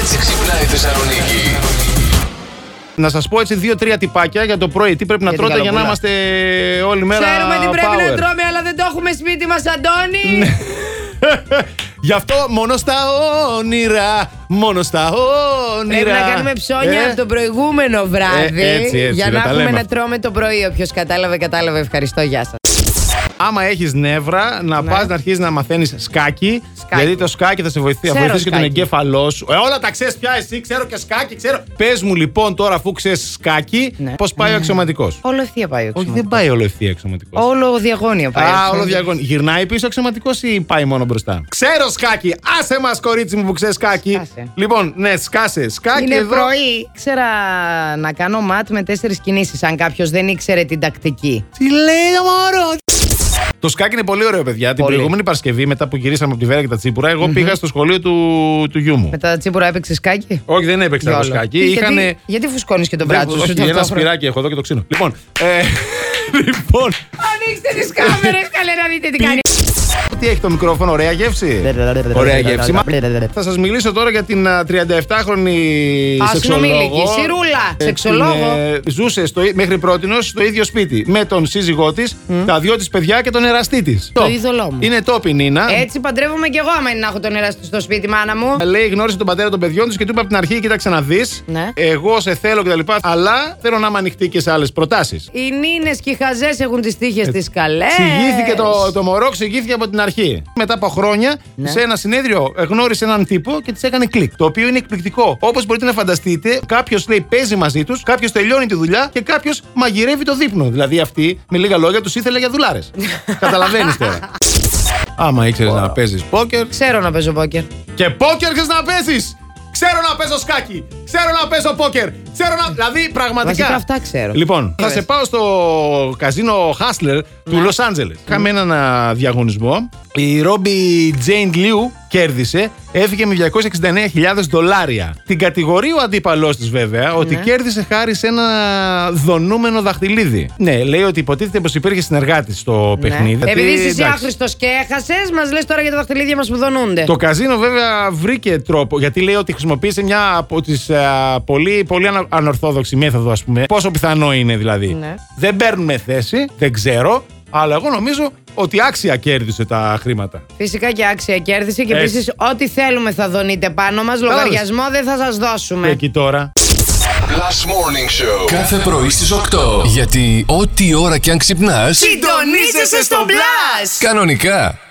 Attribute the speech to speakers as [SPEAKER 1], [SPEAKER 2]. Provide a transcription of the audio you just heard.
[SPEAKER 1] έτσι ξυπνάει η Θεσσαλονίκη.
[SPEAKER 2] Να σας πω έτσι δύο-τρία τυπάκια για το πρωί. Τι πρέπει να
[SPEAKER 3] Για την
[SPEAKER 2] τρώτε για να
[SPEAKER 3] καλοπούλα.
[SPEAKER 2] είμαστε όλη μέρα.
[SPEAKER 3] Ξέρουμε τι πρέπει
[SPEAKER 2] power.
[SPEAKER 3] να τρώμε, αλλά δεν το έχουμε σπίτι μας, Αντώνη.
[SPEAKER 2] Γι' αυτό μόνο στα όνειρα. Μόνο στα όνειρα.
[SPEAKER 3] Πρέπει να κάνουμε ψώνια
[SPEAKER 2] Ναι, Ε,
[SPEAKER 3] από το προηγούμενο βράδυ.
[SPEAKER 2] Ε, έτσι, έτσι,
[SPEAKER 3] για
[SPEAKER 2] ρε,
[SPEAKER 3] να
[SPEAKER 2] τα
[SPEAKER 3] έχουμε
[SPEAKER 2] λέμε
[SPEAKER 3] να
[SPEAKER 2] αυτά.
[SPEAKER 3] τρώμε το πρωί. Όποιος κατάλαβε, κατάλαβε. Ευχαριστώ, γεια σας.
[SPEAKER 2] Άμα έχεις νεύρα, να
[SPEAKER 3] Ναι.
[SPEAKER 2] πας να αρχίσεις να μαθαίνεις σκάκι,
[SPEAKER 3] Σκάκι.
[SPEAKER 2] Γιατί το σκάκι θα σε βοηθήσει. Θα
[SPEAKER 3] Ξέρω
[SPEAKER 2] βοηθήσει και τον
[SPEAKER 3] σκάκι.
[SPEAKER 2] εγκέφαλό σου. Ε, όλα τα ξέρεις πια εσύ, ξέρω και σκάκι, ξέρω. Πες μου λοιπόν τώρα, αφού ξέρεις σκάκι,
[SPEAKER 3] Ναι.
[SPEAKER 2] πώς πάει ο αξιωματικό.
[SPEAKER 3] Όλο ευθεία πάει ο
[SPEAKER 2] Όχι,
[SPEAKER 3] ξημάτος.
[SPEAKER 2] δεν πάει όλο ευθεία αξιωματικός.
[SPEAKER 3] Όλο διαγώνια πάει.
[SPEAKER 2] Α,
[SPEAKER 3] ο
[SPEAKER 2] όλο
[SPEAKER 3] ξημάτος.
[SPEAKER 2] διαγώνι. Γυρνάει πίσω ο αξιωματικός ή πάει μόνο μπροστά. Ξέρω σκάκι. Άσε μας, κορίτσι μου που ξέρεις σκάκι.
[SPEAKER 3] Σκάσε.
[SPEAKER 2] Λοιπόν, ναι, σκάσε. Σκάκι
[SPEAKER 3] Είναι
[SPEAKER 2] εδώ.
[SPEAKER 3] πρωί. Ξέρα να κάνω ματ με τέσσερις κινήσεις, αν κάποιος δεν ήξερε την τακτική.
[SPEAKER 2] Τι λέει ο μωρός. Το σκάκι είναι πολύ ωραίο, παιδιά. Την
[SPEAKER 3] Πολύ.
[SPEAKER 2] προηγούμενη Παρασκευή, μετά που γυρίσαμε από τη Βέρα και τα Τσίπουρα, εγώ πήγα στο σχολείο του, του γιου μου.
[SPEAKER 3] Με τα τσίπουρα έπαιξε σκάκι.
[SPEAKER 2] Όχι, δεν έπαιξα εγώ
[SPEAKER 3] Γιόλο.
[SPEAKER 2] σκάκι.
[SPEAKER 3] Τι,
[SPEAKER 2] Είχαν.
[SPEAKER 3] Γιατί, γιατί φουσκώνεις και τον μπράτσο σου
[SPEAKER 2] Ένα
[SPEAKER 3] ταυτόχρονα?
[SPEAKER 2] σπυράκι έχω εδώ και το ξύνω. Λοιπόν. Ε, λοιπόν.
[SPEAKER 3] Ανοίξτε τις κάμερες, καλέ να δείτε τι κάνει.
[SPEAKER 2] Τι έχει το μικρόφωνο, ωραία γεύση. Ωραία γεύση. Μα- Θα σας μιλήσω τώρα για την α, 37χρονη σεξολόγο.
[SPEAKER 3] Ασυνομήλικη, σιρούλα,
[SPEAKER 2] Ε,
[SPEAKER 3] σεξολόγο.
[SPEAKER 2] την, ε, Ζούσε στο, ί- μέχρι πρώτη στο ίδιο σπίτι με τον σύζυγό της, τα δυο της παιδιά και τον εραστή της.
[SPEAKER 3] Το είδωλό μου. Ε-
[SPEAKER 2] Είναι top η Νίνα.
[SPEAKER 3] Έτσι παντρεύομαι κι εγώ άμα είναι να έχω τον εραστή στο σπίτι, μάνα μου.
[SPEAKER 2] Λέει, γνώρισε τον πατέρα των παιδιών της και του είπε από την αρχή: Κοίταξε να δεις.
[SPEAKER 3] Ναι.
[SPEAKER 2] Εγώ σε θέλω κτλ. Αλλά θέλω να είμαι ανοιχτή και σε άλλες προτάσεις.
[SPEAKER 3] Οι νίνες και οι χαζές έχουν τις τύχες τις καλές.
[SPEAKER 2] Ξηγήθηκε το, το μωρό, ξηγήθηκε από την αρχή. Μετά από χρόνια,
[SPEAKER 3] Ναι.
[SPEAKER 2] σε ένα συνέδριο ε, γνώρισε έναν τύπο και της έκανε κλικ. Το οποίο είναι εκπληκτικό. Όπως μπορείτε να φανταστείτε, κάποιος λέει παίζει μαζί τους, κάποιος τελειώνει τη δουλειά και κάποιος μαγειρεύει το δείπνο. Δηλαδή αυτή, με λίγα λόγια, τους ήθελε για δουλάρες. Καταλαβαίνεις τώρα. Άμα ήξερες να παίζεις πόκερ.
[SPEAKER 3] Ξέρω να παίζω πόκερ.
[SPEAKER 2] Και πόκερ ξέρει να παίζει! Ξέρω να παίζω σκάκι! Ξέρω να παίζω πόκερ! Ξέρω να. Δηλαδή, πραγματικά.
[SPEAKER 3] Βασικά αυτά ξέρω.
[SPEAKER 2] Λοιπόν, θα
[SPEAKER 3] Ωραία. Ναι.
[SPEAKER 2] σε πάω στο καζίνο Hustler του Λος Άντζελες. Είχαμε έναν α, διαγωνισμό. Η Ρόμπι Τζέιν Λιού κέρδισε. Έφυγε με 269.000 δολάρια. Την κατηγορεί ο αντίπαλός της,
[SPEAKER 3] Ναι.
[SPEAKER 2] βέβαια, ότι κέρδισε χάρη σε ένα δονούμενο δαχτυλίδι. Ναι, λέει ότι υποτίθεται πως υπήρχε συνεργάτης στο
[SPEAKER 3] Ναι.
[SPEAKER 2] παιχνίδι. Γιατί,
[SPEAKER 3] Επειδή είσαι εσύ
[SPEAKER 2] εντάξει.
[SPEAKER 3] άχρηστος και έχασες, μας λες τώρα για τα δαχτυλίδια μας που δονούνται.
[SPEAKER 2] Το καζίνο βέβαια βρήκε τρόπο, γιατί λέει ότι χρησιμοποίησε μια από τις πολύ, πολύ ανα- ανορθόδοξη μέθοδο, ας πούμε. Πόσο πιθανό είναι δηλαδή.
[SPEAKER 3] Ναι.
[SPEAKER 2] Δεν παίρνουμε θέση, δεν ξέρω, αλλά εγώ νομίζω ότι άξια κέρδισε τα χρήματα.
[SPEAKER 3] Φυσικά και άξια κέρδιση και
[SPEAKER 2] Έτσι.
[SPEAKER 3] επίσης ό,τι θέλουμε θα δονείτε πάνω μας. Λογαριασμό δεν θα σας
[SPEAKER 2] Και
[SPEAKER 3] δώσουμε.
[SPEAKER 2] εκεί τώρα.
[SPEAKER 1] Last Morning Show.
[SPEAKER 4] Κάθε πρωί στις 8. Γιατί ό,τι ώρα κι αν ξυπνάς,
[SPEAKER 3] Συντονίζεσαι στο μπλα!
[SPEAKER 4] κανονικά